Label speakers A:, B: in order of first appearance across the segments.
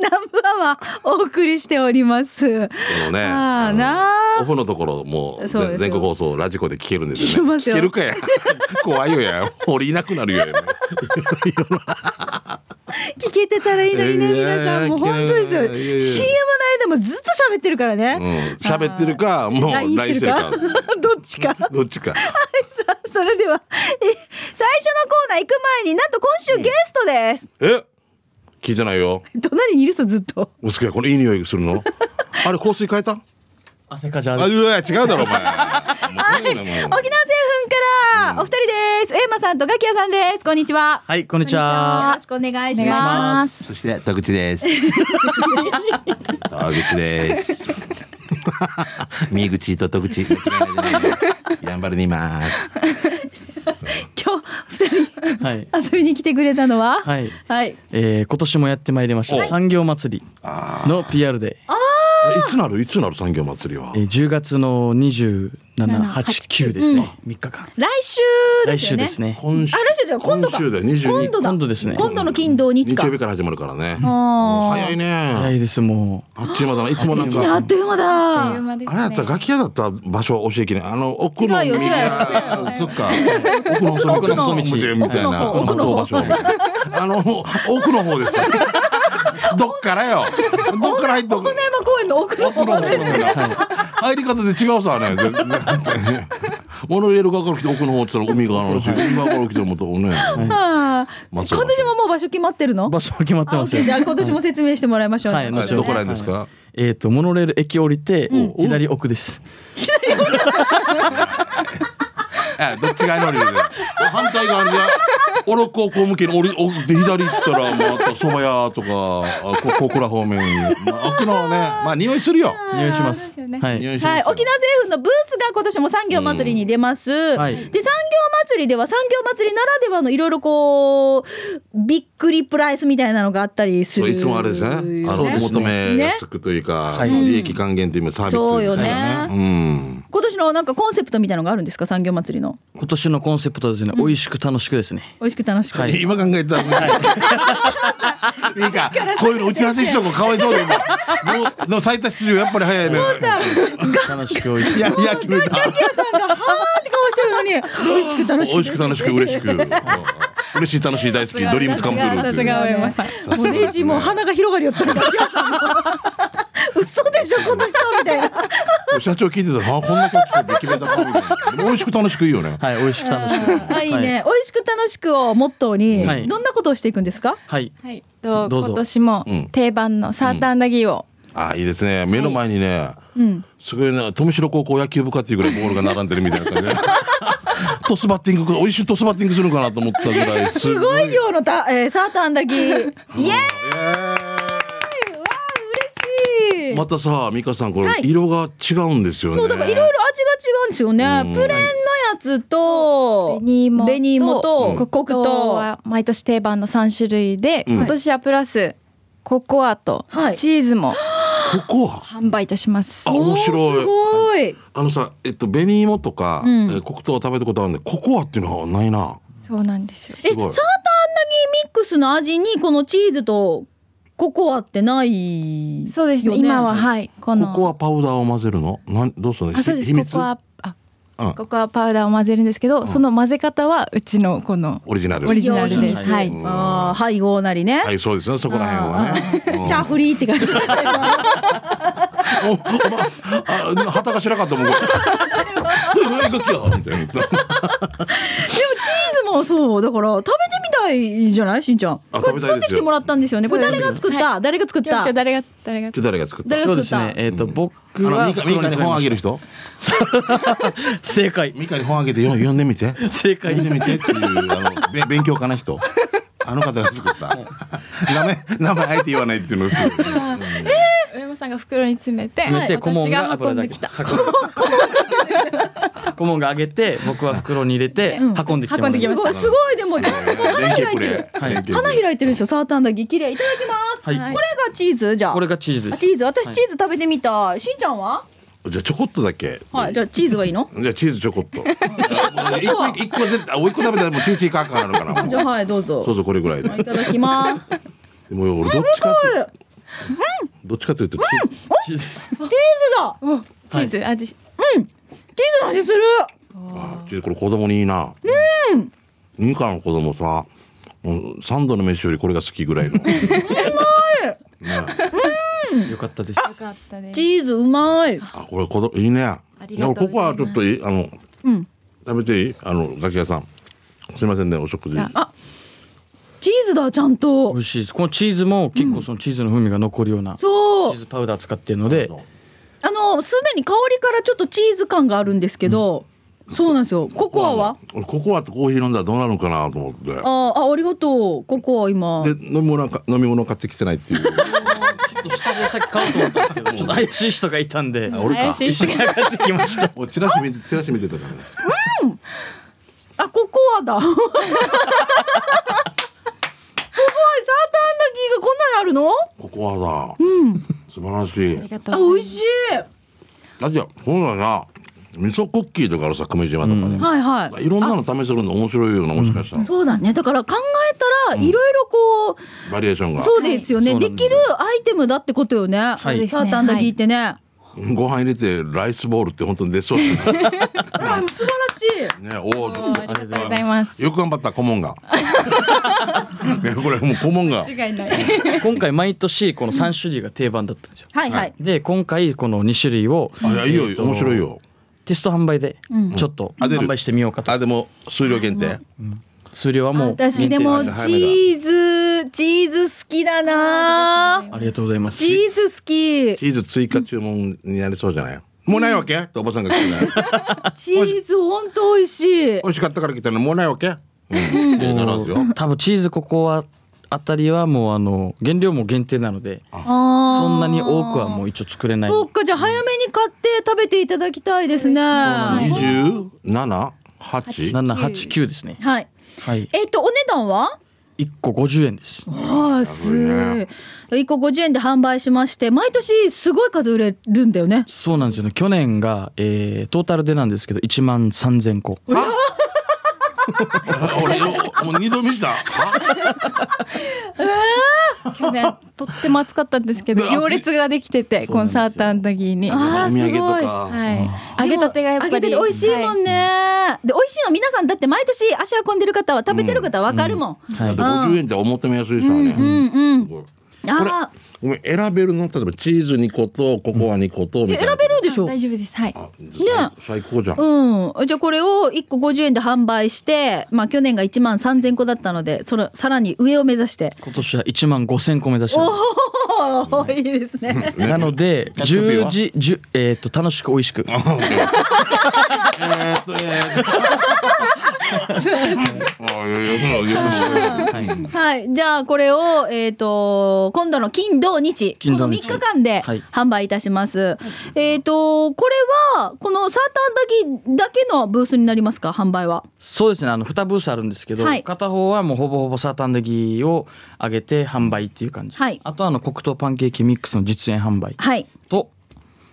A: ナンバーはお送りしております。
B: のね、
A: あー
B: うん
A: なー
B: オフのところもう
A: そうですよ
B: 全全国放送ラジコで聞けるんです
A: 聞け
B: よね。
A: ますよ
B: 聞けるか や。怖いよや。俺いなくなるよや。
A: 聞けてたらいいのにね、
B: えー
A: 皆さんもう本当ですよ。
B: いやいやいや
A: CM の間もずっと喋ってるから
B: うん
A: ね。
B: 喋ってるかもう
A: LINE、
B: LINE
A: し
B: してて
A: る
B: る
A: か
B: か。
A: どっちか。 さ
B: どっちか。
A: あそれではえ最初のコーナー行く前になんと今週ゲストです。
B: え聞いてないよ。
A: 隣にいるさずっと。
B: おすけこれいい匂いす るの？あれ香水変えた？
C: 汗かじゃ
B: あ
C: ん
B: いや違う だろお前。はい。
A: 沖縄製粉からお二人です。エーマさんとガキヤさんです。こんにちは。
C: はいこんにち
A: よ
C: は
A: ろしくお願い
C: お
A: し
C: 願いし
A: ま。
C: ますす
B: そして田口です。田口です。右口と戸口。間違いないです頑張りにます。
A: 今日二人
C: はい
A: 遊びに来てくれたのは、
C: はい
A: はい、
C: えー今年もやってまいりまし
B: は
C: た
B: い
C: 産業祭りの PR で、
B: いつなるいつなる産業祭りは
C: え。ー10月の2789ですね、3日間
A: 来週で
C: 来
A: すよ
C: 週
A: ね。
C: ですね
B: 今週
A: あ来週じゃない今度か
B: 今週だよ22
A: 今度だ。
C: 今度ですね
A: 今度の金土日
B: 日
A: か。
B: 曜日から始まるからね。
A: あー
B: 早い
C: 早
B: ね。
C: いですも
B: あっちゅう間だな。いつもなん
A: 一年あ
B: か
A: っ。という間
D: あっという
A: だ。
D: 間です
B: あれやったら楽器屋だった場所教えきれないあの奥の
A: 違うよ違うよ
B: あ そっか奥の細道
C: 奥の細道
B: みたいな
A: 奥
B: 奥
A: の
B: の
A: 方
B: 場所みたいなあの奥の方ですよどっからよどっから入っと
A: 大名山公園の奥の
B: 奥
A: 方
B: の方ですね入り方で違うさね全然ね物入れる側から来て奥の方って言ったら海側なのし海側から来てもとね
A: あー今
B: 松
A: 年
B: 岡
A: ももう場所決まってるの
C: う？場所は決まって
A: あ、
C: ま
A: OK
C: すよ
A: じゃあ今年も説明してもらいましょうね。
C: はい
A: こ
C: も
B: あ
A: ち
C: ちろ
B: ど
C: ん
A: ら
B: こ
A: ね
B: らへんですか
C: えっ、とモノレール駅降りて、左奥です
B: えどっち側に乗りですよ反対側にじゃあオロ高校向けに降り降りて左行ったらまた蕎麦屋とかあこ小倉方面に、まあ、奥の方ねまあ匂いするよ
C: 匂いします
D: すよね
C: はい
B: 匂いし
A: は
B: ま
A: い、
B: すよ
A: 沖縄政府のブースが今年も産業祭りに出ます。
C: はい
A: で、産業祭りでは産業祭りならではのいろいろこう。びっくりプライスみたいなのがあったりす
B: そう
A: る。
B: いつもあれですねあの
C: そう
B: お
C: ですね
B: 求め
A: ね
B: やすくというか、
C: はい
B: 利益還元というサービス
A: そう
B: で
A: よ
B: す
A: ね
B: ねうん
A: 今年のなんかコンセプトみたいなのがあるんですか、産業祭りの。
C: 今年のコンセプトはですね、美味しく楽しくですね
A: 美味しく楽しく。
C: はい
B: 今考えたらね、 いいか、こういうの打ち合わせしとこうかわいそうで今。もう、でも最多出場やっぱり早いね。
C: 楽しく美味しく
B: いやいや、決めた。
A: キヤさんがはーって顔してるのに、美味しく
B: 美
A: 楽しく。
B: 味しく楽し く嬉しく。うん嬉しい楽しい大好きドリームつかむとる
A: さ
B: って
A: す
B: いう
A: が
B: ね。
A: 青山さん。もうレジもう鼻が広がりよったから。秋山さんも 嘘でしょこの人みたいな。
B: 社長聞いてたらあこんなキャッチコピー決めたかみたいなでも美味しく楽しくいいよね。
C: はい美味しく楽しく
A: あいいね、美味しく楽しくをモットーに、
C: はい
A: どんなことをしていくんですか。
C: はい、
D: はい、と
C: どうぞ
D: 今年も
B: うん
D: 定番のサーターアンダギーを、
B: あいいですね。目の前にね、
A: うん、
B: すごいな富城高校野球部かっていうぐらいボールが並んでるみたいな感じで。 トスバッティング美味しいトスバッティングするのかなと思ったぐらい
A: すごい量のた、えー、サーターアンダギー。イエーイ、わあ、嬉しい。
B: またさ美香さんこ
A: は
B: れ
A: い
B: 色が違うんですよね。
A: そうだからいろいろ味が違うんですよね。
B: うん
A: プレーンのやつと
D: 紅芋と
A: 紅芋と
D: コ
A: 黒
D: コ
A: 糖
D: 糖は毎年定番の3種類で、
B: うん
D: 今年はプラスココアと
A: はい
D: チーズも
B: ここは
D: 販売いたします、
B: あ面白い
A: おーすごい。
B: あのさえっと紅芋とか、
A: うん
B: えー黒糖は食べたことあるんでココアっていうのはないな。
D: そうなんですよ
A: え、サ
B: す
A: ーターア
B: ご
A: ンダ
B: い
A: ギーミックスの味にこのチーズとココアってない、
D: そうですね
A: よね
D: 今ははいこ
B: コ
D: の
B: コアパウダーを混ぜるの？なんどうするの？
D: あそうで
B: ひ秘
D: す
B: 密？
D: ココアあ
B: うん
D: ココアパウダーを混ぜるんですけど、
B: ん
D: その混ぜ方はうちのこの
B: オリジナル。
D: オリジナルです
A: 用意
D: はい
B: うん
A: あー配合なりね。
B: はいそうですねそこら辺はね。うん
A: チャーフリーって感じ。
B: おおまああ旗がしなかったもん。これおいガキやみたいな。
A: でもチーズもそうだから食べてみたいじゃないしんちゃん
B: あ
A: これ
B: 食べたいで
A: 作って
B: すよ
A: きてもらったんですよねこれ
D: そう
A: 誰
D: です
A: が作った、誰が作っ
D: 今
A: た
D: 日誰が誰が
B: 誰が作った？
A: 誰
B: あ
A: が
C: そ
A: 作
C: うで
A: っ
C: す
A: た、
C: ねえっ、と、僕
B: の
C: は
B: ミカミカに本あげる人？
C: 正解
B: ミカに本あげてよ読んでみて。
C: 正
B: 書いて
C: 解
B: みてっていうあのべ 勉強家な人あの方が作った名前名前あえて言わないっていうのをすごい
D: 上山さんが袋に詰めて
C: 詰めて顧問
D: 私
C: が
D: が
C: 油
D: 運ん
C: だ
D: で
C: け
D: きた
C: 顧問があげて僕は袋に入れて運んできてま
D: 運んでき
C: す
D: まし
A: すごいすごいでもちゃんと花
B: 連
A: 開
B: 携
A: い
B: プ
A: て
B: レ
A: る
B: ー連携
A: 花
B: プレー
A: 開いてるんですよサーターアンダギー綺麗いただきます、
C: はい
A: これがチーズじゃあ
C: これがチーズで
A: あ
C: す
A: チーズ私
C: はい
A: チーズ食べてみたい、しんちゃんは
B: じゃあちょこっとだけ
A: はいじゃあチーズがいいの
B: じゃあチーズちょこっとあもう一個一個絶対あもう一個食べたらもうチーチーカーカーなのかなも
A: じゃあ
B: う
A: はいどう
B: そう
A: ぞ
B: そうこれぐらいで
A: いただきます
B: でもよ俺どっちかってどっちかというとチーズ
A: だ
D: おチーズ味、
A: チーズの味する
B: あチーズこれ子供にいいなうん2課の子供さうん三度の飯よりこれが好きぐらいのうまい
C: よかったです。
D: よかったです
A: チーズうまい
B: あこれ子供いいね
D: りがと
B: こ
D: うございます
B: こはちょっといいあの
A: うん
B: 食べていいあのガキ屋さんすいませんねお食事
D: あ
A: チーズだちゃん
C: 美
A: と
C: 味しいです。このチーズも結構そのチーズの風味が残るようなチ
A: そう
C: ーズパウダー使ってるので、
A: あのすでに香りからちょっとチーズ感があるんですけど、そうなんですよココアは
B: 俺ココアとコーヒー飲んだらどうなるのかなと思って
A: あーあありがとうココア今
B: で飲み物か飲み物買ってきてないっていう
C: ちょっと下でさっき買おうと思ったんですけど、ちょ っと怪しい人がいたんで、
B: 俺か
D: 怪し
C: 一
D: い
C: 緒に上がってきま した。
B: 俺チラシ見てチラシ見てたから
A: あココ アだココアサーターアンダギーがこんなにあるの
B: ココアだ
A: うん
B: 素晴らし
D: あり
B: い
D: がとう
A: あ
D: ござ
A: 美味
D: います
A: しい
B: だってそうだな味噌クッキーとかあるさ久米島とかね、
A: はいはい
B: いろんなの試せるの面白いよなもしかしたら、
A: そうだねだから考えたらいろいろこう、
B: バリエーションが
A: そうですよね、
C: はい
A: できるアイテムだってことよね、
C: い
A: サーターアンダギーってね、
B: ご飯入れてライスボールって本当に出そうで すね
A: あ素晴らしい
B: ねおお
D: おーありがとうございます
B: よく頑張った顧問 がねこれもう顧問が
D: 違いない
C: 今回毎年この三種類が定番だったんですよ。
A: はいはい、
C: で今回この二種類を
B: あいやいいよ、
C: えーと
B: 面白いよ
C: テスト販売でちょっと
B: あ出る
C: 販売してみようかと
B: あでも数量限定
C: 数量はもう
A: 私
C: 認
A: で
C: 定
A: も
B: あ
A: チ
B: じゃあ
A: ーズチーズ好きだな
C: ありがとうございます
A: チーズ好き
B: チーズ追加注文になりそうじゃないもうないわけっておばさんが来てね
A: チーズほんと美味しい
B: 美味しかったから来たのもうないわけうんってならずよ
C: 多分チーズここはあたりはもうあの原料も限定なのでそ
A: そ
C: んなに多くはもう一応作れない
A: そうかじゃあ早めに買って食べていただきたいですね
D: です
A: は
B: 278
C: 789ですね
A: い
C: はい
A: えっとお値段は
C: 1個50円です
A: はい
B: 安
A: すごい1個50円で販売しまして毎年すごい数売れるんだよね
C: そうなんですよね去年が、えートータルでなんですけど1万3000個
B: 俺よもう二度見たは
D: 去年とっても暑かったんですけど
B: うわ暑い
D: 行列ができてて
C: そうな
D: コ
C: ん
D: ン
C: ですよ
D: サーターアンダギーに
A: あー
D: は
B: お土産と
A: す
B: か
D: い揚げたてがやっぱり
A: 揚げたて美味しいもんね、で美味しいの皆さんだって毎年足運んでる方は食べてる方わかるもん、
C: は
B: だ
C: い
B: って50円ってお求めやすいさね
A: うんうん
B: すごい
A: あ
B: ごめん選べるの例えばチーズ2個とココア2個とみ
A: ー
B: たいな
A: 選べるでしょ
D: 大丈夫ですはい
B: あ最最高じゃん
A: うん、じゃあこれを1個50円で販売して、まあ、去年が1万3000個だったのでそのさらに上を目指して
C: 今年は1万5000個目指してます
A: おおいいですね
C: なので
B: キャッチコピーは
C: 10時10えーっと楽しく美味しく
B: あオッケーえーっとえーっと あいやいやいやいやいや
A: はいじゃあこれを、えー、と今度の金土日
C: 金
A: こ
C: 土
A: の
C: 日
A: 3日間で
C: はい
A: 販売いたします、えっ、とこれはこのサーターアンダギーだけのブースになりますか販売は
C: そうですねあの2ブースあるんですけど、
A: はい
C: 片方はもうほぼほぼサーターアンダギーを上げて販売っていう感じ、
A: はい
C: あとはあの黒糖パンケーキミックスの実演販売
A: はい
C: と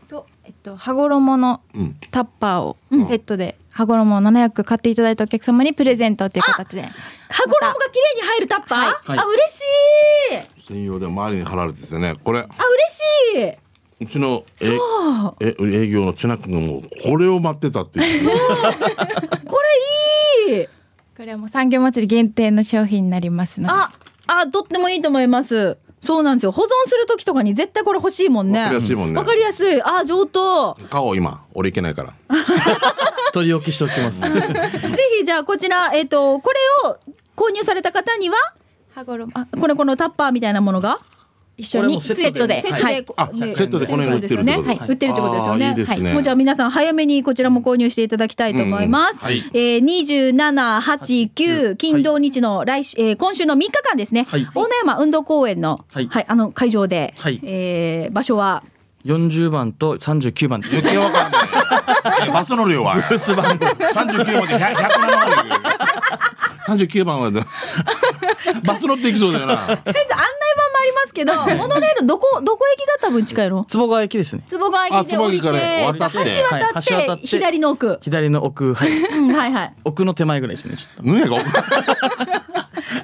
D: と、えっと、羽衣の
B: うん
D: タッパーをセットで、羽衣を7役買っていただいたお客様にプレゼントという形で
A: 羽衣が綺麗に入るタッパー、
C: はい
A: あ嬉しい
B: 専用で周りに貼られててねこれ
A: あ嬉し
B: うちの
A: い
B: ええ営業の千奈君がもうこれを待ってたっていう
A: これいい
D: これはもう産業祭り限定の商品になりますので
A: あ、あ、とってもいいと思います。そうなんですよ。保存する時とかに絶対これ欲しいもんね。
B: わかりやすいもんね
A: わかりやすいあ、上等。
B: 顔今俺いけないから
C: 取り置きしておき ます
A: ぜひじゃあこちら、えっ、と、これを購入された方には、
D: 羽衣あ
A: これこのタッパーみたいなものが。
D: 一緒に
C: これも
D: セ
C: セッ
D: ッ
C: ト
D: ト
C: で
D: で
A: セッ
C: は
A: ト
C: い
A: でこ、
B: あ
A: ね
B: セットでこの辺売ってるってこと
A: はい売ってるってことですよね。
B: あーいいですね
A: はいもうじゃあ皆さん早めにこちらも購入していただきたいと思います。
B: うんうんはい
A: えー、27、89、金土日の来週、えー今週の3日間ですね。
C: はい
A: 大野山運動公園の、は、
C: はいい
A: あの会場で、
C: はい
A: えー場所は
C: 40番と39番です
B: 余計わからないバスの量は
C: ブース番号
B: 三十九まで百百七三十九番までバス乗っていきそうだよな。
A: とりあえず案内板もありますけど、モノレールどこどこ駅が多分近いの？
C: 坪川駅ですね
A: 坪川駅で降りて、
B: あ坪川駅から渡って
A: 橋渡って,、
C: はい橋渡って
A: 左の奥。
C: 左の奥はい
A: うんはいはい。
C: 奥の手前ぐらいですねちょっ
B: 胸が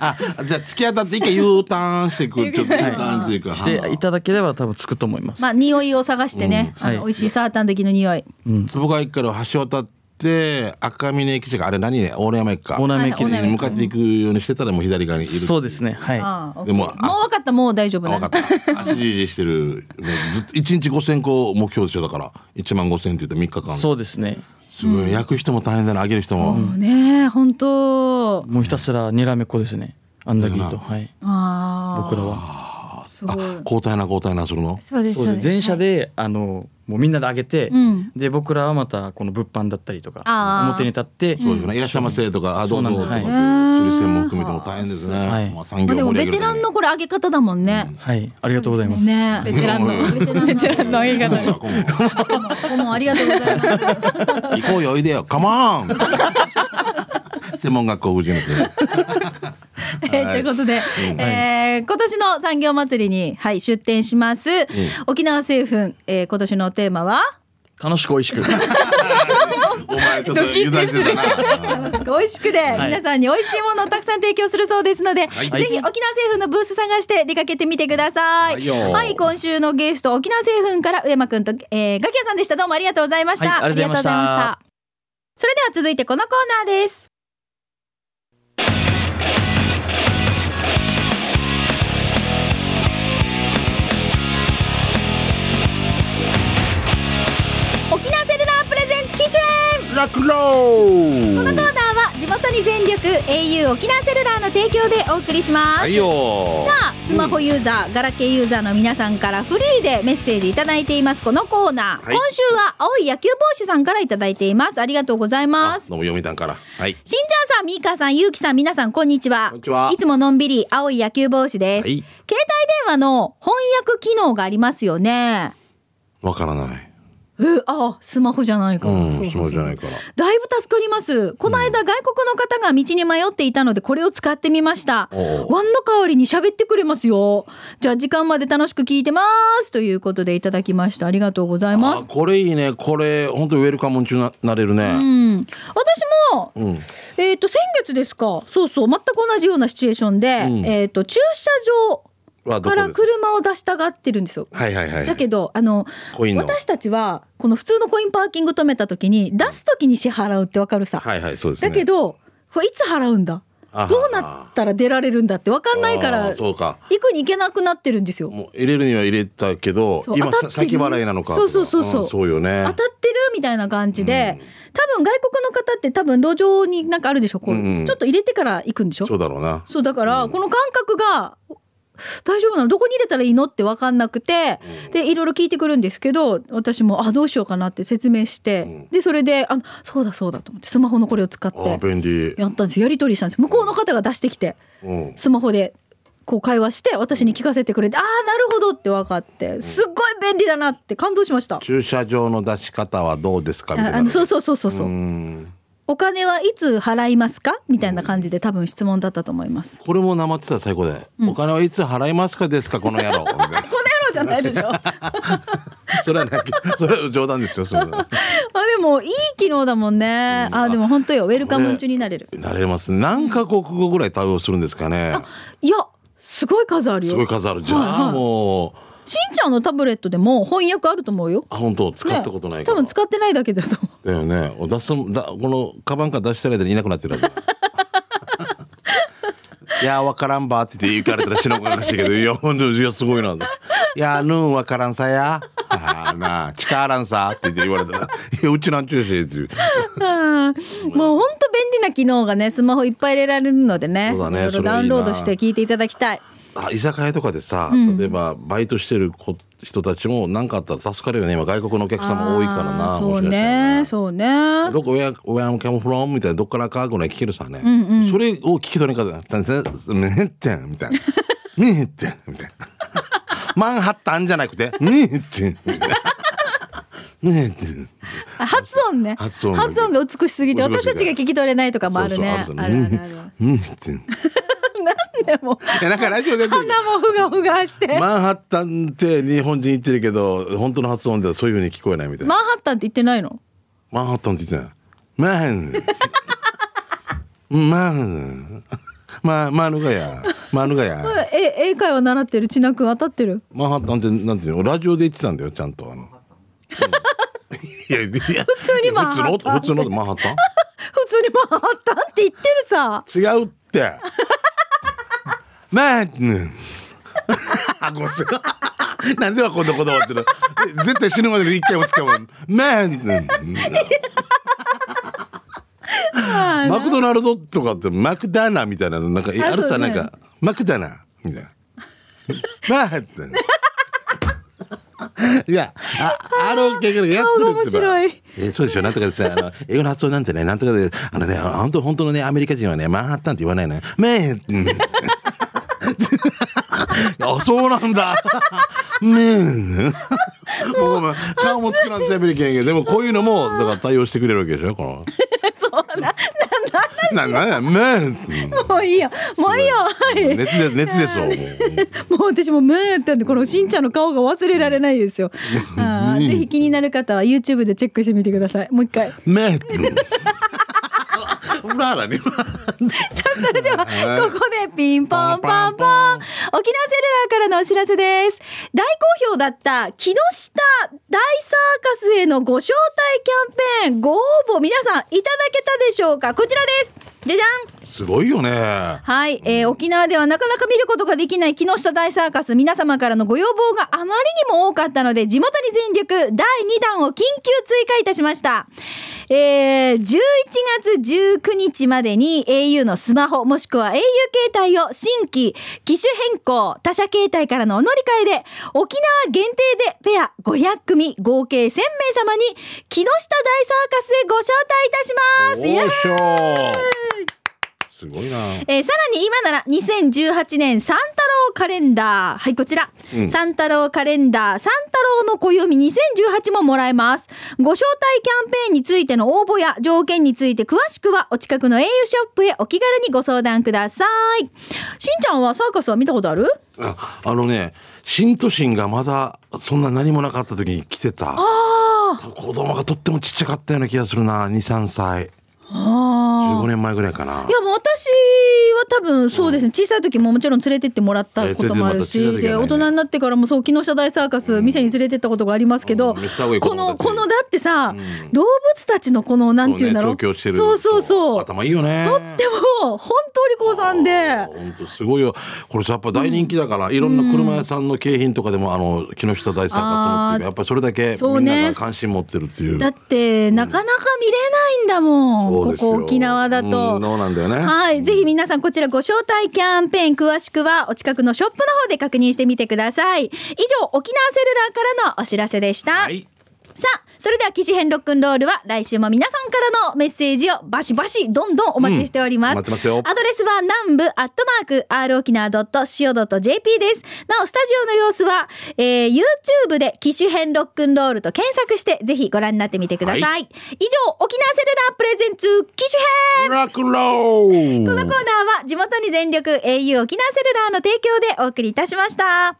B: あじゃあ突き当たって一回 U ターンしてくる U ターンっていうか
C: していただければ多分つくと思います。
A: まあ匂いを探してね、
C: うんはい
A: あの美味しいサータン的の匂い
C: うん。
B: 坪川駅から橋渡って赤峰駅近くあれ何ね大根山駅か
C: 大波駅
A: はい大
C: で
A: 根山
C: す。
B: 向かっていくようにしてたらもう左側にいる
C: そうですね。はい。
A: ああ
B: で
A: も
B: も
A: う分かったもう大丈夫な
B: あ分かった足じじしてるもうずっと1日5,000個目標でしょだから1万5,000って言って3日間
C: そうですね。
B: すごい焼く人も大変だな揚げる人も、
A: もうね本当
C: もうひたすらにらめっこですね。あんだけ言うと、
B: だよ
C: はい。
A: ああ
C: 僕らは。
A: すご
B: あ
A: い
B: 交代な交代なするの
D: そうです
C: そう
D: そ
C: で
D: うです
C: す。電車
D: はい
C: で、あの、もうみんなであげて、
A: うん
C: で、僕らはまたこの物販だったりとか、
A: あー
C: 表に立って、
B: そういうな、いらっしゃいませとか、あ、どうぞと
C: そう
B: かって
C: なんだ
B: いう、
A: はい
B: 処理線も含めても大変ですね。
C: はい
B: まあ、
A: ま
B: 産業
A: あ、で
B: 盛
A: も
B: り上
A: ベ
B: げる
A: テ
B: た
A: ラ
B: め
A: ン
B: に
A: のこれ揚げ方だもんね、
C: はい。ありがとうございます。
A: ねベテランのベ テランのベ テランの揚げ方
B: なんかもう
A: 顧問ありがとうございます
B: 行こうよ、おいでよ、カモン。専門学校無事の。
A: えーということで、えー今年の産業祭りに、はい、出展します、沖縄製粉、えー今年のテーマは
C: 楽しく美味しく。
B: お前ちょっと油断してたな。
A: 楽しく美味しくで、
C: い
A: 皆さんに美味しいものをたくさん提供するそうですので、
B: は
A: ぜひ
B: い
A: 沖縄製粉のブース探して出かけてみてください。
B: はいよ
A: はい、今週のゲスト沖縄製粉から上間くんと、えー、ガキヤさんでした。どうもありがとうございました。
C: はいありがとうございました
A: ありがとうございましたそれでは続いてこのコーナーです。沖縄セルラープレゼンツ機種編
B: ラク
A: こ
B: ロ
A: のコーナー
B: ー。
A: は地元に全力 au 沖縄セルラーの提供でお送りします、
B: はいよ。
A: さあスマホユーザー、ガラケーユーザーの皆さんからフリーでメッセージいただいていますこのコーナー、
B: はい
A: 今週は青い野球帽子さんからいただいていますありがとうございま
B: あ
A: す
B: どうも読みたんから。はい。
A: しんちゃんさん、みーかさん、ゆうきさん、皆さん、こんにちは。
B: こんにちはい
A: つものんびり、青い野球帽子です。
B: はい
A: 携帯電話の翻訳機能がありますよね。
B: わからない。
A: え、あ、スマホじゃないか。
B: うん、
A: か
B: そうじゃない
A: か
B: から。
A: だいぶ助かります。この間、外国の方が道に迷っていたので、これを使ってみました。
B: おう
A: ワンの代わりに喋ってくれますよ。じゃあ、時間まで楽しく聞いてます。ということで、いただきました。ありがとうございま
B: あ、
A: す。
B: これいいね。これ本当ウェルカム中ななれる
A: う
B: ね。
A: ん、私も
B: うん。
A: えー、と先月ですかそうそう全く同じようなシチュエーションで、
B: うん
A: えー、と駐車
B: は
A: 場か
B: どこ
A: ら
B: です。
A: 車を出したがってるんですよ。
B: はいはいはい。
A: だけどあの
B: コインの。
A: 私たちはこの普通のコインパーキング止めた時に出す時に支払うってわかるさ、
B: はいはいそうですね。
A: だけどこれいつ払うんだ
B: あはは
A: どうなったら出られるんだってわかんないか
B: あ
A: ら
B: ーそうか。
A: 行くに行けなくなってるんですよ。
B: もう入れるには入れたけど
A: そう
B: 今
A: 当た
B: さ
A: ってる
B: 先払いなのか
A: そうそうそうそうん
B: そうよね
A: 当たってるみたいな感じで、多分外国の方って多分路上になんかあるでしょこう、
B: うんうん
A: ちょっと入れてから行くんでしょ
B: そうだろうな
A: そうだから、この感覚が大丈夫なのどこに入れたらいいのって分かんなくて、でいろいろ聞いてくるんですけど私もあどうしようかなって説明して、
B: ん
A: でそれであそうだそうだと思ってスマホのこれを使っ
B: あー
A: て
B: 便利
A: やったんですよやり取りしたんです向こうの方が出してきて
B: うん
A: スマホでこう会話して私に聞かせてくれてああなるほどって分かってすっごい便利だなって感動しました。
B: 駐車場の出し方はどうですかみたい
A: あ
B: な
A: あのそうそうそうそうそう、
B: うん
A: お金はいつ払いますかみたいな感じで多分質問だったと思います。
B: これもなまってたら最高だよお金はいつ払いますかですかこの野郎みたいな
A: この野郎じゃないで しょ
B: それはねそれは冗談ですよそれ
A: あ
B: は
A: でもいい機能だもんね。
B: うん
A: あでも本当よウェルカム中になれる。
B: なれます何カ国語ぐらい対応するんですかね
A: いやすごい数ある
B: すごい
A: よ。
B: 数あるじゃ
A: は
B: あ
A: い
B: もう
A: しんちゃんのタブレットでも翻訳あると思うよ。
B: あ本当使ったことない
A: ね
B: か
A: 多
B: ら
A: 分使ってないだけだと思
B: だよね。お出すだこのカバンから出してる間にいなくなってる はず。いやわからんばって言って言われたら死のかがしい けどいや本当にいやすごいな。いやぬんわからんさや。あーなあ力あらんさって言って言われたらいやうちなんちゅうしっていう。
A: う。あーもう本当便利な機能がねスマホいっぱい入れられるのでね。
B: そうだ
A: い
B: ね
A: ろいろ
B: それいいな
A: ダウンロードして聞いていただきたい。
B: あ居酒屋とかでさ、例えばバイトしてる子人たちも何かあったら助かるよね今外国のお客様多いからな。
A: あー
B: も
A: そう
B: しかしたら
A: ねそうね。
B: どこ、where, where I'm coming from? みたいな、どっからかぐらい聞けるさね。それを聞き取れんかった。全然、メヘッテンみた いな。メヘッテンみたいな。マンハッタンじゃなくて、メヘッテンみたいな。メヘッテン。
A: あ発音ね。
B: 発音だけ
A: 発音が美しすぎて
B: 美し
A: 私
B: すぎて
A: たちが聞き取れないとかもあるね。
B: そうそう
A: あ
B: あ
A: る
B: る
A: あ
B: ね
A: るある。
B: メヘッテン。い
A: でも
B: や、なんかラジオでやって る
A: 鼻もふがふがして。
B: マンハッタンって日本人言ってるけど、本当の発音ではそういう風に聞こえないみたいな。
A: マンハッタンって言ってないの？
B: マン ハッタンって言ってない。マンハッタン。マンハッタン。まあ、マヌガヤ。マヌガ
A: こ
B: ヤ。
A: れえ英会話習ってる千奈君当たってる
B: マンハッタンって、なんていうの、ラジオで言ってたんだよ、ちゃんと。あのいや、いや、普
A: 通にマンハッタン
B: 普通の、普通のマンハッタン。
A: 普通にマンハッタンって言ってるさ
B: 違うって。まあ、うん。あごめんなさい。なんではこんなことわってる。絶対死ぬまでに一回も使わん。まあ、うん。マクドナルドとかってマクダナみたいなのなんかある
A: そ
B: さ、
A: うね
B: なんかマクダナみたいな。まあ、うん。いや、あ、あるけどやってるってば
A: 顔が面白い
B: えーそうでしょなんとかですねあの英語の発音なんてねなんとかであのねあの本当本当のねアメリカ人はねマンハッタンって言わないのよめー、うん あそうなんだめーもうごめん顔も作らんしゃべりけんけどでもこういうのもだから対応してくれるわけでしょ このそうななんなんなんめー、
A: もういいよもういいよ
B: う
A: は
B: ん熱で熱ですわも う
A: いもう私もムーってんでこのしんちゃんの顔が忘れられないですよあーぜひ気になる方は YouTube でチェックしてみてくださいもう一回
B: めー、うん裏腹に
A: それではここでピンポンパンポン沖縄セルラーからのお知らせです大好評だった木下大サーカスへのご招待キャンペーンご応募皆さんいただけたでしょうかこちらですじゃじゃん
B: すごいよね
A: はい、えー沖縄ではなかなか見ることができない木下大サーカス皆様からのご要望があまりにも多かったので地元に全力第2弾を緊急追加いたしました、えー11月19日までに au のスマホもしくは au 携帯を新規機種変更他社携帯からのお乗り換えで沖縄限定でペア500組合計1000名様に木下大サーカスへご招待いたしますイエーイ
B: おっしょーすごいな
A: えーさらに今なら2018年三太郎カレンダーはいこちら、
B: うん
A: 三太郎カレンダー三太郎の暦2018ももらえますご招待キャンペーンについての応募や条件について詳しくはお近くの au ショップへお気軽にご相談くださいしんちゃんはサーカスは見たことある
B: ああのね新都心がまだそんな何もなかった時に来てた子供がとってもちっちゃかったような気がするな23歳
A: あ
B: 15年前ぐらいかない
A: やもう私は多分そうですね小さい時ももちろん連れてってもらったこともある
B: えー
A: し
B: 連れてって
A: で
B: も
A: 大
B: らった
A: 人になってからもそう木下大サーカス店に連れてったことがありますけど
B: うんめっちゃ多い子
A: こ
B: 供
A: の
B: たち
A: このだってさ
B: ん
A: 動物たちのこのなんていうんだろ
B: そうね調教してる
A: そうそうそう
B: 頭いいよね
A: とっても本当に高山
B: あ
A: で
B: 本当すごいよこれさやっぱ大人気だから、いろんな車屋さんの景品とかでもあの木下大作家さんっていうか
A: あー
B: やっぱりそれだけ
A: そう
B: みん
A: ね
B: なが関心持ってるっていう
A: だってなかなか見れないんだもん、
B: そうで
A: こ
B: すよ
A: こ沖縄だと。
B: うんそうなんだよね
A: はい、ぜひ皆さんこちらご招待キャンペーン詳しくはお近くのショップの方で確認してみてください。以上沖縄セルラーからのお知らせでした。
B: はい
A: さあ、それでは機種編ロックンロールは来週も皆さんからのメッセージをバシバシどんどんお待ちしております。
B: うん待ってますよ
A: アドレスは南部アットマーク r 沖縄ドット co ドット jp です。なおスタジオの様子は、えー YouTube で機種編ロックンロールと検索してぜひご覧になってみてください。
B: は
A: 以上沖縄セルラープレゼンツ機種編
B: ラクロー
A: このコーナーは地元に全力 au 沖縄セルラーの提供でお送りいたしました。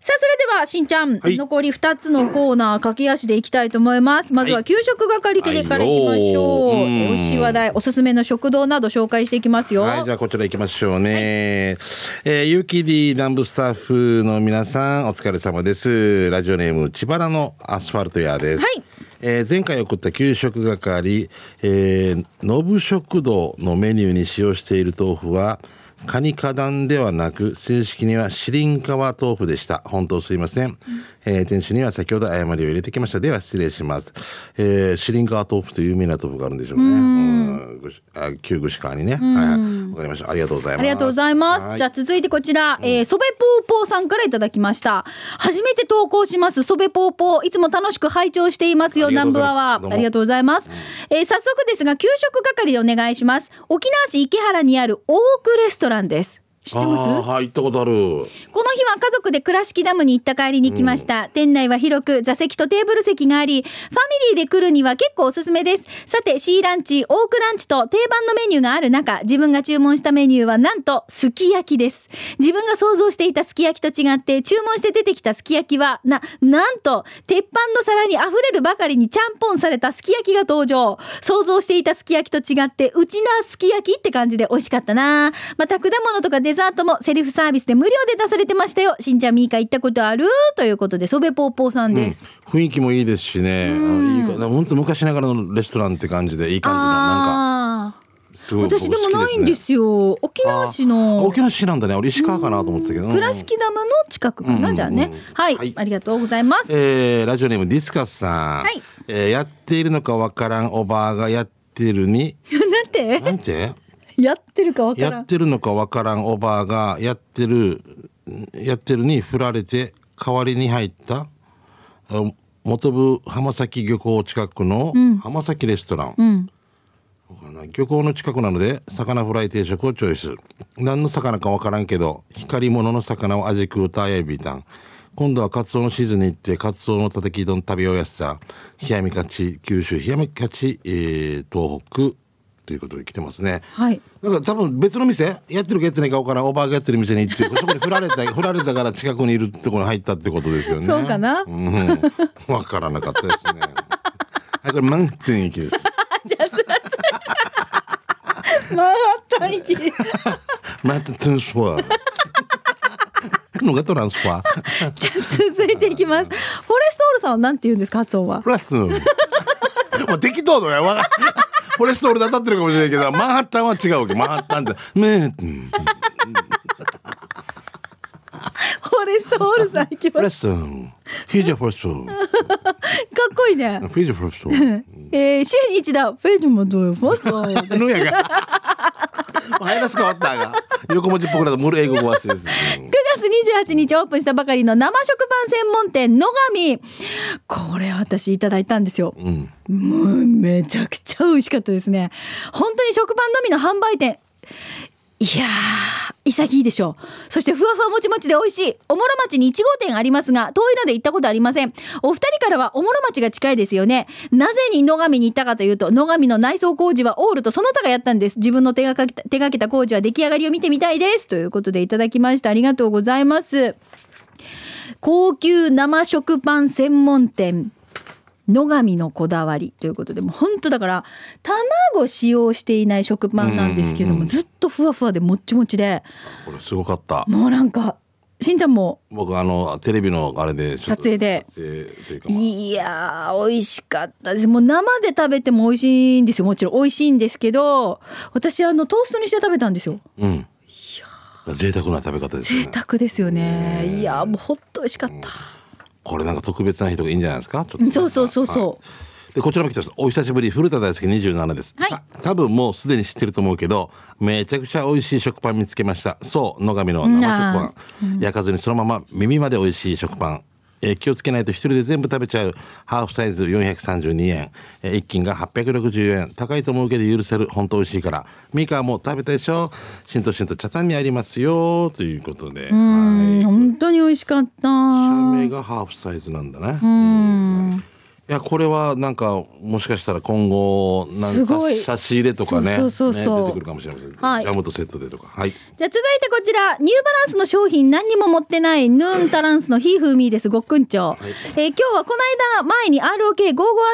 A: さあそれではしんちゃん、
B: はい
A: 残り2つのコーナー駆け足でいきたいと思いますまずは
B: はい
A: 給食係系からいきましょう、
B: はいよーうん
A: 美味しい話題おすすめの食堂など紹介していきますよ、
B: はい、じゃあこちら行きましょうね。えー、ゆうきり南部スタッフの皆さん、お疲れ様です。ラジオネーム、千原のアスファルト屋です。
A: はい
B: えー前回送った給食係、えー、ノブ食堂のメニューに使用している豆腐は、カニ花壇ではなく、正式にはシリンカワ豆腐でした。本当すいません。えー店主には先ほど誤りを入れてきました。では失礼します。えーシリンカワ豆腐という有名な豆腐があるんでしょうね。うんぐしあ旧具志川にね。はい。わかりました。ありがとうございます。
A: ありがとうございます。
B: は
A: じゃあ続いてこちら、えー、ソベポーポーさんからいただきました。初めて投稿します、ソベポーポー。いつも楽しく拝聴していますよ、
B: ありがと
A: 南
B: う
A: 部アワ
B: ございますどう
A: ー。
B: も
A: ありがとうございます。えー早速ですが、給食係でお願いします。沖縄市池原にあるオークレストランです。知ってます
B: あーはい行ったことある
A: この日は家族で倉敷ダムに行った帰りに来ました、店内は広く座席とテーブル席がありファミリーで来るには結構おすすめですさて C ランチオークランチと定番のメニューがある中自分が注文したメニューはなんとすき焼きです自分が想像していたすき焼きと違って注文して出てきたすき焼きはななんと鉄板の皿にあふれるばかりにちゃんぽんされたすき焼きが登場想像していたすき焼きと違ってうちなすき焼きって感じで美味しかったなまた果物とかデザートもセルフサービスで無料で出されてましたよしんちゃんみーか行ったことあるということでソベポーポーさんです、
B: 雰囲気もいいですしね、あのいいか本当昔ながらのレストランって感じでいい感じのなんか
A: ああ
B: すごい
A: 私でもないんですすよ沖縄市
B: ね、あ
A: の
B: 沖縄市なんだね俺石川かなと思ってたけどうん
A: 倉敷ダムの近くか
B: うんうんう
A: なんじゃあねはい、
B: はい
A: ありがとうございます
B: えーラジオネームディスカスさん、
A: はい
B: えーやっているのかわからんおばあがやって るに
A: なんて
B: なんて
A: やってるかわから
B: やっ
A: ん
B: てるのかわからんおばあがやってるやってるに振られて代わりに入ったあ元部浜崎漁港近くの浜崎レストラン、
A: ん
B: そうかな漁港の近くなので魚フライ定食をチョイス何の魚かわからんけど光り物の魚を味食うたやびたん今度はカツオのシーズンに行ってカツオのたたき丼食べようやすさ冷やみ勝ち九州冷やみ勝ち、えー東北ということで来てますね
A: はい
B: なんか多分別の店やってるかやってないか分からんおばあがやってる店に 行ってそこに振られた振られたから近くにいるところに入ったってことですよね
A: そうかな
B: うん、分からなかったですねはいこれ満点行きです
A: 回ったんき
B: 満点トランスファーのがトランスファー
A: じゃあ続いていきますフォレストオールさんはなんて言うんですか発音は
B: プラスもう適当だよわかフォレスト俺で当たってるかもしれないけどマンハッタンは違うわけマンハッタンってねえ
A: フォレストオールさん行 き
B: プ
A: ま
B: ラ
A: す
B: スフィジャフォレスト
A: かっこいいね
B: フィジャフォレスト
A: えー、週に一度フェイジもどうよファスト
B: ぬやが。マイナス変わったが。横文字っぽくなった。無理英語壊しです。うん
A: 9月28日オープンしたばかりの生食パン専門店野上これ私いただいたんですよ
B: うん。
A: もうめちゃくちゃ美味しかったですね本当に食パンのみの販売店いやー潔いでしょうそしてふわふわもちもちで美味しいおもろ町に1号店ありますが遠いので行ったことありませんお二人からはおもろ町が近いですよねなぜに野上に行ったかというと野上の内装工事はオールとその他がやったんです自分の手がかけた手がけた工事は出来上がりを見てみたいですということでいただきましたありがとうございます高級生食パン専門店野上のこだわりということでもう本当だから卵使用していない食パンなんですけども、
B: うんうんうん
A: ずっとふわふわでもっちもちで
B: これすごかった。
A: もうなんかしんちゃんも
B: 僕あのテレビのあれで
A: 撮影で
B: 撮影というか、まあ
A: いやー美味しかったですもう生で食べても美味しいんですよもちろん美味しいんですけど私あのトーストにして食べたんですよ
B: うん。贅沢な食べ方です
A: 贅
B: ね。
A: 沢ですよねいやーもうほっと美味しかった、
B: これなんか特別な人がいいんじゃないですか。ち
A: う
B: ょっと
A: んそうそうそうそう、
B: でこちらも来てます。お久しぶり古田大好き27です。
A: はい
B: た多分もうすでに知ってると思うけど、めちゃくちゃ美味しい食パン見つけました。そう野上の生食パン。焼かずにそのまま耳まで美味しい食パン。えー気をつけないと一人で全部食べちゃうハーフサイズ432円、えー一斤が860円高いと思うけど許せる本当美味しいからミカも食べたでしょしんとしんと茶炭にありますよということで
A: うん本当に美味しかった
B: 社名がハーフサイズなんだね。いやこれはなんかもしかしたら今後なん
A: すご
B: か
A: い
B: 差し入れとかね
A: そうそうそうそう
B: ね出てくるかもしれません、
A: はい
B: ジャムとセットでとかはい
A: じゃあ続いてこちらニューバランスの商品何にも持ってないヌーンタランスのヒーフーミーですごっくんちょう、えー今日はこの間前に ROK55 ア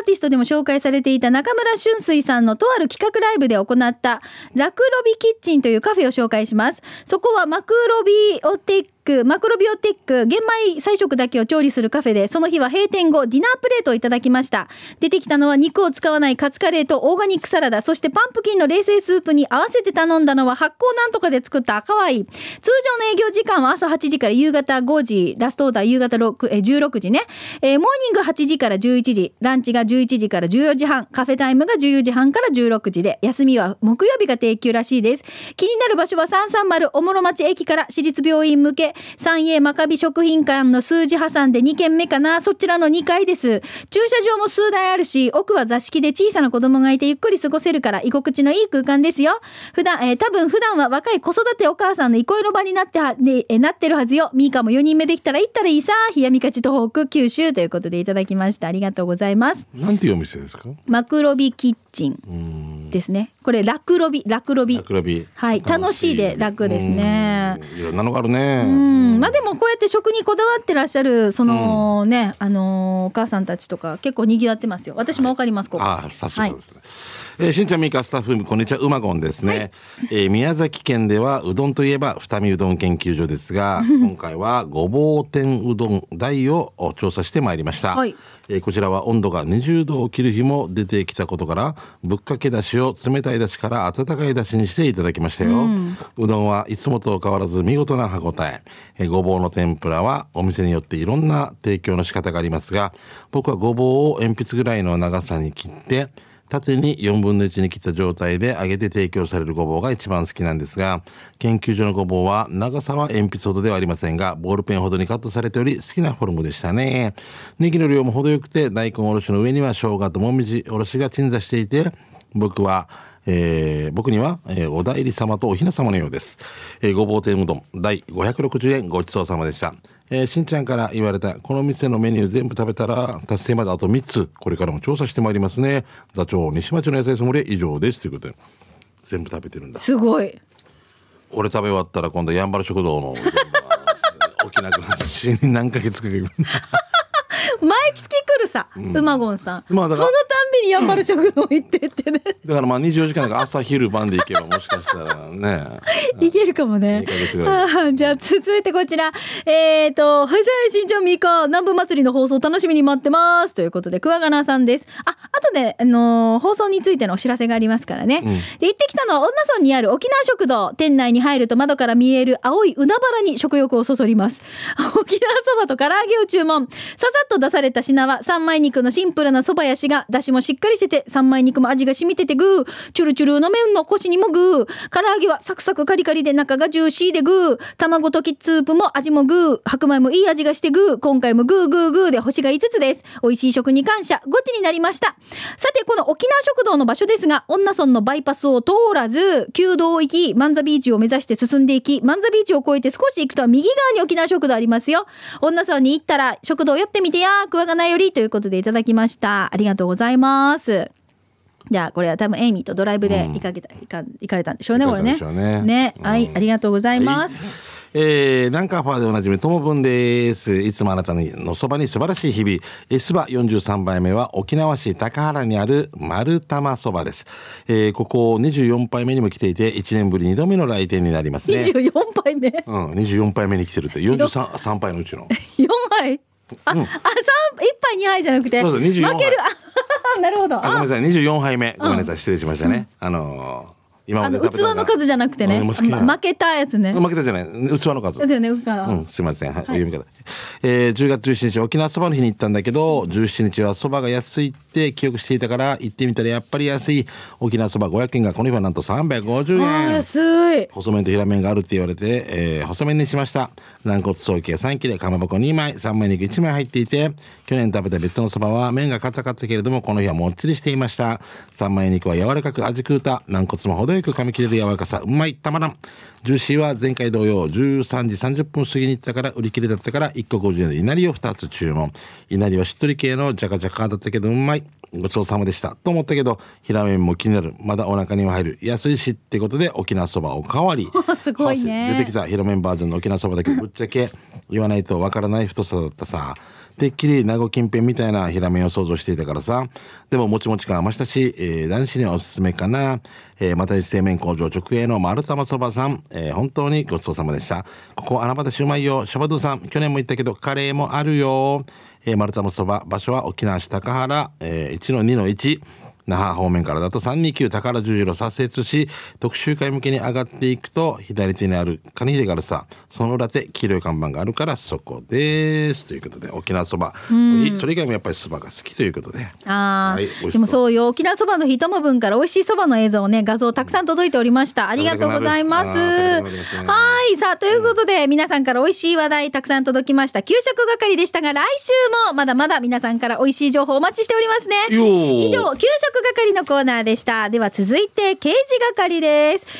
A: ーティストでも紹介されていた中村俊水さんのとある企画ライブで行ったラクロビキッチンというカフェを紹介しますそこはマクロビオテックマクロビオテック玄米菜食だけを調理するカフェでその日は閉店後ディナープレートをいただきました出てきたのは肉を使わないカツカレーとオーガニックサラダそしてパンプキンの冷製スープに合わせて頼んだのは発酵なんとかで作った赤ワイン通常の営業時間は朝8時から夕方5時ラストオーダー夕方6えー16時ね、えーモーニング8時から11時ランチが11時から14時半カフェタイムが14時半から16時で休みは木曜日が定休らしいです気になる場所は330おもろ町駅から私立病院向け三栄マカビ食品館の数字挟んで2軒目かなそちらの2階です駐車場も数台あるし奥は座敷で小さな子供がいてゆっくり過ごせるから居心地のいい空間ですよ普段、えー多分普段は若い子育てお母さんの憩いの場になっては、ねえーなってるはずよミーカも4人目できたら行ったらいいさ冷やみかち東北九州ということでいただきましたありがとうございます
B: なんていうお店ですか。
A: マクロビキッチン
B: うん。
A: ですねこれラクロビラクロビ
B: ラクラビ。
A: はい楽しいで楽ですね
B: うん。いろんなのがある
A: う
B: ね。
A: ん、まあでもこうやって食にこだわってらっしゃるそのね、あのーお母さんたちとか結構賑わってますよ私もわかります、ここ
B: ああ、さすが
A: は
B: で
A: い
B: すね。えーしんちゃんみーかスタッフこんにちはうまごんですね、えー宮崎県ではうどんといえば二見うどん研究所で すが今回はごぼう天うどん台を調査してまいりました、
A: はい
B: えーこちらは温度が20度を切る日も出てきたことからぶっかけだしを冷たいだしから温かいだしにしていただきましたよ、うどんはいつもと変わらず見事な歯ごたええーごぼうの天ぷらはお店によっていろんな提供の仕方がありますが僕はごぼうを鉛筆ぐらいの長さに切って縦に4分の1に切った状態で揚げて提供されるごぼうが一番好きなんですが研究所のごぼうは長さは鉛筆ほどではありませんがボールペンほどにカットされており好きなフォルムでしたねネギの量も程よくて大根おろしの上には生姜ともみじおろしが鎮座していて僕はえー僕には、えーお代理様とお雛様のようです、えーごぼう天うどん第560円ごちそうさまでした、えーしんちゃんから言われたこの店のメニュー全部食べたら達成まであと3つこれからも調査してまいりますね座長西町の野菜ソムリエ以上ですということで全部食べてるんだ
A: すごい
B: 俺食べ終わったら今度やんばる食堂の沖縄の死に何ヶ月かけ
A: 毎月来るさ、うまごんさん、
B: まあ
A: そ
B: だ
A: の
B: か
A: た
B: ら
A: んびにやんばる食堂行ってってね
B: だからまあ24時間だから朝昼晩で行けばもしかしたらね
A: いけるかもね
B: 二ヶ月ぐらい
A: ああじゃあ続いてこちらえっ、ー、と「はいさいしんちゃんみーか南部祭りの放送楽しみに待ってます」ということで桑ガナさんですああとで、あのー放送についてのお知らせがありますからね、
B: ん
A: で行ってきたのは恩納村にある沖縄食堂店内に入ると窓から見える青い海原に食欲をそそります 沖縄そばと唐揚げを注文ささっと出された品は三枚肉のシンプルなそばやしがだしもしっかりしてて三枚肉も味が染みててグーチュルチュルの麺のコシにもグー唐揚げはサクサクカリカリで中がジューシーでグー卵ときスープも味もグー白米もいい味がしてグー今回もグーグーグーで星が5つです美味しい食に感謝ゴチになりましたさてこの沖縄食堂の場所ですが恩納村のバイパスを通らず旧道を行き万座ビーチを目指して進んでいき万座ビーチを越えて少し行くと右側に沖縄食堂ありますよ恩納村に行ったら食堂寄ってみてやクワガナよりということでいただきましたありがとうございますじゃあこれは多分エイミーとドライブで行かけた、行か行かれたんでしょうねこれね
B: 行かれたんでしょうね
A: はいありがとうございます、
B: えー、ランカーファーでおなじみともぶんですいつもあなたのそばに素晴らしい日々えーそば43杯目は沖縄市高原にある丸玉そばです、えーここ24杯目にも来ていて1年ぶり2度目の来店になりますね
A: 24杯目4
B: うん、24杯目に来てるって43三杯のうちの
A: 杯あ、あ、三、一杯二杯じゃなくて。
B: そうそう24杯
A: 負ける。あ なるほど。
B: あごめ ん
A: あ、
B: なさい24杯目ごめんなさい失礼しましたね、あのー今ま
A: あ
B: で
A: の
B: 食
A: 器
B: べた
A: の数じゃなくてね。
B: うんもう好きな
A: ま負けたやつね。
B: 負けたじゃない器の数
A: ですよね。僕から
B: うん、すみません、はい、読み方。えー10月17日沖縄そばの日に行ったんだけど、17日はそばが安いって記憶していたから行ってみたらやっぱり安い沖縄そば500円がこの日はなんと350
A: あー
B: 円。
A: 安い。
B: 細麺と平麺があるって言われて、えー細麺にしました軟骨早期が3切れかまぼこ2枚3枚肉1枚入っていて去年食べた別のそばは麺が硬かったけれどもこの日はもっちりしていました3枚肉は柔らかく味食うた軟骨も程よく噛み切れる柔らかさうまいたまらんジューシーは前回同様13時30分過ぎに行ったから売り切れだったから1個50円のいなりを2つ注文いなりはしっとり系のジャカジャカだったけどうまいごちそうさまでしたと思ったけど平麺も気になるまだお腹には入る安いしってことで沖縄そばおかわり
A: すごいね
B: 出てきた平麺バージョンの沖縄そばだけどぶっちゃけ言わないとわからない太さだったさてっきり名護近辺みたいな平麺を想像していたからさでももちもち感は増したし、えー男子にはおすすめかな、えー、また製麺工場直営の丸玉そばさん、えー本当にごちそうさまでしたここ穴場だしうまいよシャバドゥさん去年も言ったけどカレーもあるよ、えー丸玉そば場所は沖縄市高原、えー、1-2-1那覇方面からだと329宝十字路左折し特集会向けに上がっていくと左手にある金秀があるさその裏手黄色い看板があるからそこですということで沖縄そばそれ以外もやっぱりそばが好きということで
A: ああ、
B: はい美味しそう
A: でもそうよ沖縄そばの一部分から美味しいそばの映像をね画像たくさん届いておりましたありがとうございます
B: 食べたくなるあー食べたくなりますね
A: はいさあということで、皆さんから美味しい話題たくさん届きました給食係でしたが来週もまだまだ皆さんから美味しい情報お待ちしておりますね
B: よー
A: 以上給食係のコーナーでしたでは続いて刑事係です刑事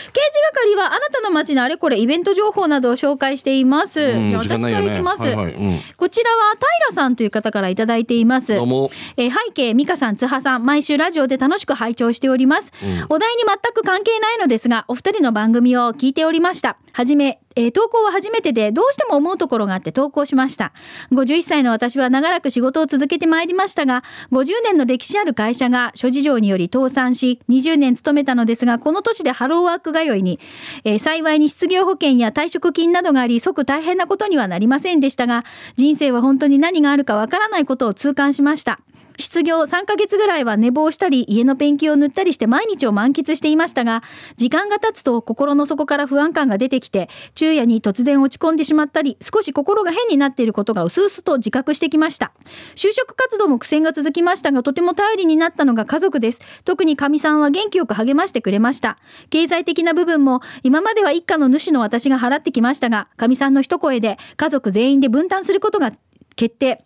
A: 係はあなたの街のあれこれイベント情報などを紹介しています、
B: うん
A: じゃあ
B: 時間
A: 私
B: ない
A: か
B: よね
A: らいきます、
B: はいはいうん
A: こちらは平さんという方からいただいています
B: どうも
A: えー背景美香さん津波さん毎週ラジオで楽しく拝聴しております、お題に全く関係ないのですがお二人の番組を聞いておりましたはじめえー投稿は初めてでどうしても思うところがあって投稿しました51歳の私は長らく仕事を続けてまいりましたが50年の歴史ある会社が諸事情により倒産し20年勤めたのですがこの年でハローワーク通いに、えー幸いに失業保険や退職金などがあり即大変なことにはなりませんでしたが人生は本当に何があるかわからないことを痛感しました失業3ヶ月ぐらいは寝坊したり家のペンキを塗ったりして毎日を満喫していましたが時間が経つと心の底から不安感が出てきて昼夜に突然落ち込んでしまったり少し心が変になっていることがうすうすと自覚してきました就職活動も苦戦が続きましたがとても頼りになったのが家族です特にかみさんは元気よく励ましてくれました経済的な部分も今までは一家の主の私が払ってきましたがかみさんの一声で家族全員で分担することが決定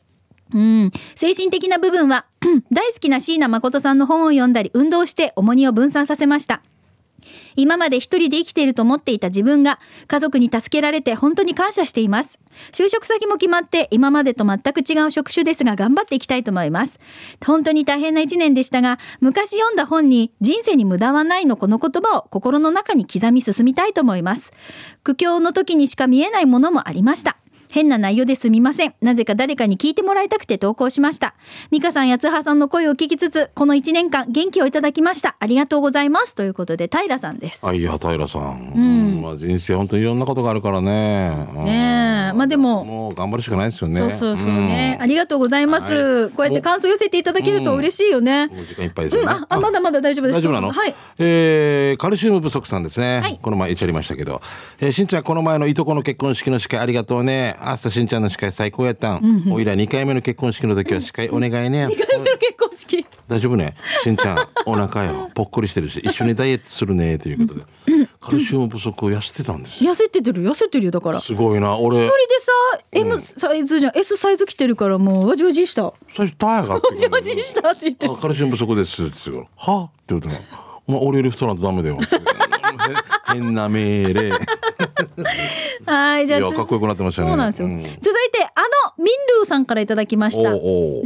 A: うん、精神的な部分は 大好きな椎名誠さんの本を読んだり運動して重荷を分散させました今まで一人で生きていると思っていた自分が家族に助けられて本当に感謝しています就職先も決まって今までと全く違う職種ですが頑張っていきたいと思います本当に大変な一年でしたが昔読んだ本に人生に無駄はないのこの言葉を心の中に刻み進みたいと思います苦境の時にしか見えないものもありました変な内容ですみません。なぜか誰かに聞いてもらいたくて投稿しました。美香さんや津波さんの声を聞きつつ、この1年間元気をいただきました。ありがとうございます。ということで、平さんです。
B: あいや平さん、
A: うん
B: うんまあ、人生本当にいろんなことがあるからね
A: ねえ
B: うん
A: まあでも
B: もう頑張るしかないですよね
A: そうそうそうね、ありがとうございます、
B: はい
A: こうやって感想寄せていただけると嬉しいよね
B: う、んもう時間いっぱいです
A: うん
B: よね、
A: ああまだまだ大丈夫です
B: 大丈夫なの、
A: はい
B: えーカルシウム不足さんですね、
A: はい
B: この前言っちゃりましたけど、えーしんちゃんこの前のいとこの結婚式の司会ありがとうね朝しんちゃんの司会最高やったん、おいら2回目の結婚式の時は司会お願いね、
A: 結婚式
B: 大丈夫ねしんちゃんお腹よぽっこりしてるし一緒にダイエットするねということで、カルシウム不足を痩せてたんですよ
A: 痩せててる痩せてるよだから一
B: すごいな俺
A: 人でさ M サイズじゃん、S サイズ着てるからもうわじわじしたわ
B: 最初タイヤがあって
A: じわじしたって言ってる
B: あカルシウム不足ですって言うから「はって言うと「お前俺より太らんとダ メだよ」変な命令い
A: はいじゃあ
B: やかっこよくなってましたね
A: そうなんですよ、
B: ん
A: 続いてあのミンルーさんからいただきました
B: おうおう
A: 11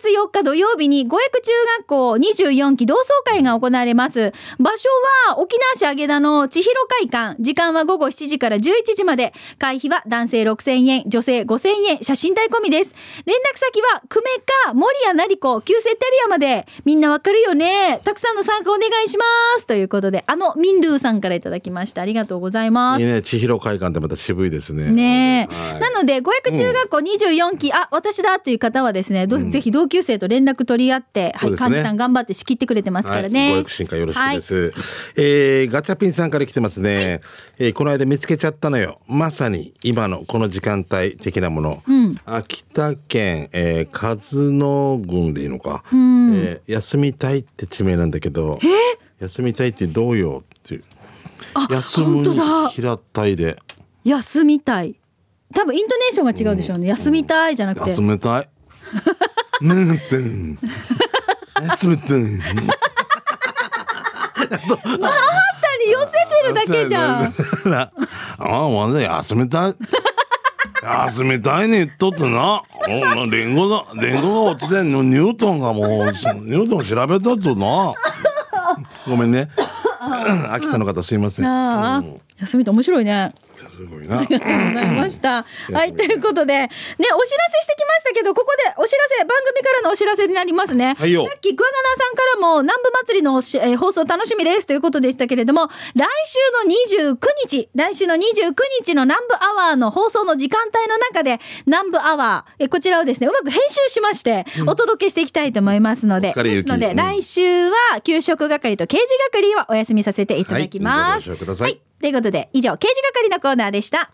A: 月4日土曜日に五役中学校24期同窓会が行われます場所は沖縄市上田の千尋会館時間は午後7時から11時まで会費は男性6000円女性5000円写真代込みです連絡先は久米か森谷成子旧セッテリアまでみんなわかるよねたくさんの参加お願いしますということであのミンルーさんからいただきましたありがとうございます
B: いいね千尋会館ってまた渋いですね
A: ねえ、
B: はい
A: なので五役中学校24期、あ私だという方はですねどうぜひ同級生と連絡取り合って、
B: そう
A: はい
B: ですね
A: 幹事さん頑張って仕切ってくれてますからね、
B: はい、ご進化よろしくです、えーガチャピンさんから来てますね、えーこの間見つけちゃったのよまさに今のこの時間帯的なもの、秋田県、えー、和野郡でいいのか、えー休みたいって地名なんだけど、休みたいってどうよっていう休
A: 本
B: む
A: 当だ
B: 平たいで
A: 休みたい多分イントネーションが違うでしょうね、休みたいじゃなくて
B: 休めたいなんてん休めてん
A: 単に寄せてるだけじゃん
B: そうやな。ああ、まだ休めたい。休めたいね言っとってな。おリンゴだ。リンゴが落ちてんの。ニュートンがもう、ニュートン調べたとな。 ごめんね。秋田の方すいませ ん。
A: ああ、休みたい面白いね
B: すごいな。
A: ありがとうございました。
B: うん
A: はい、ということで、ね、お知らせしてきましたけど、ここでお知らせ、番組からのお知らせになりますね。
B: はいよ
A: さっき、桑ガナさんからも、南部祭りのおし、えー放送楽しみですということでしたけれども、来週の29日、来週の29日の南部アワーの放送の時間帯の中で、南部アワー、えーこちらをですね、うまく編集しまして、お届けしていきたいと思いますので、
B: お疲
A: で
B: れゆ
A: す
B: き
A: ので、
B: うん
A: 来週は、給食係と刑事係はお休みさせていただきます。
B: はいご了承ください
A: はいということで以上刑事係のコーナーでした